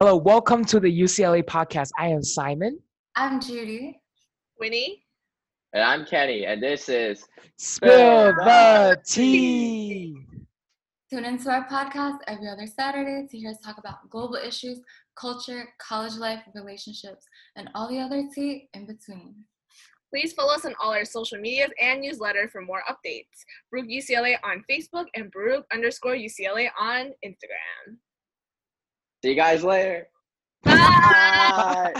Hello, welcome to the UCLA podcast. I am Simon. I'm Judy. Winnie? And I'm Kenny, and this is Spill the tea. Tune into our podcast every other Saturday to hear us talk about global issues, culture, college life, relationships, and all the other tea in between. Please follow us on all our social medias and newsletter for more updates. Baruch UCLA on Facebook and Baruch underscore UCLA on Instagram. See You Guys Later. Bye!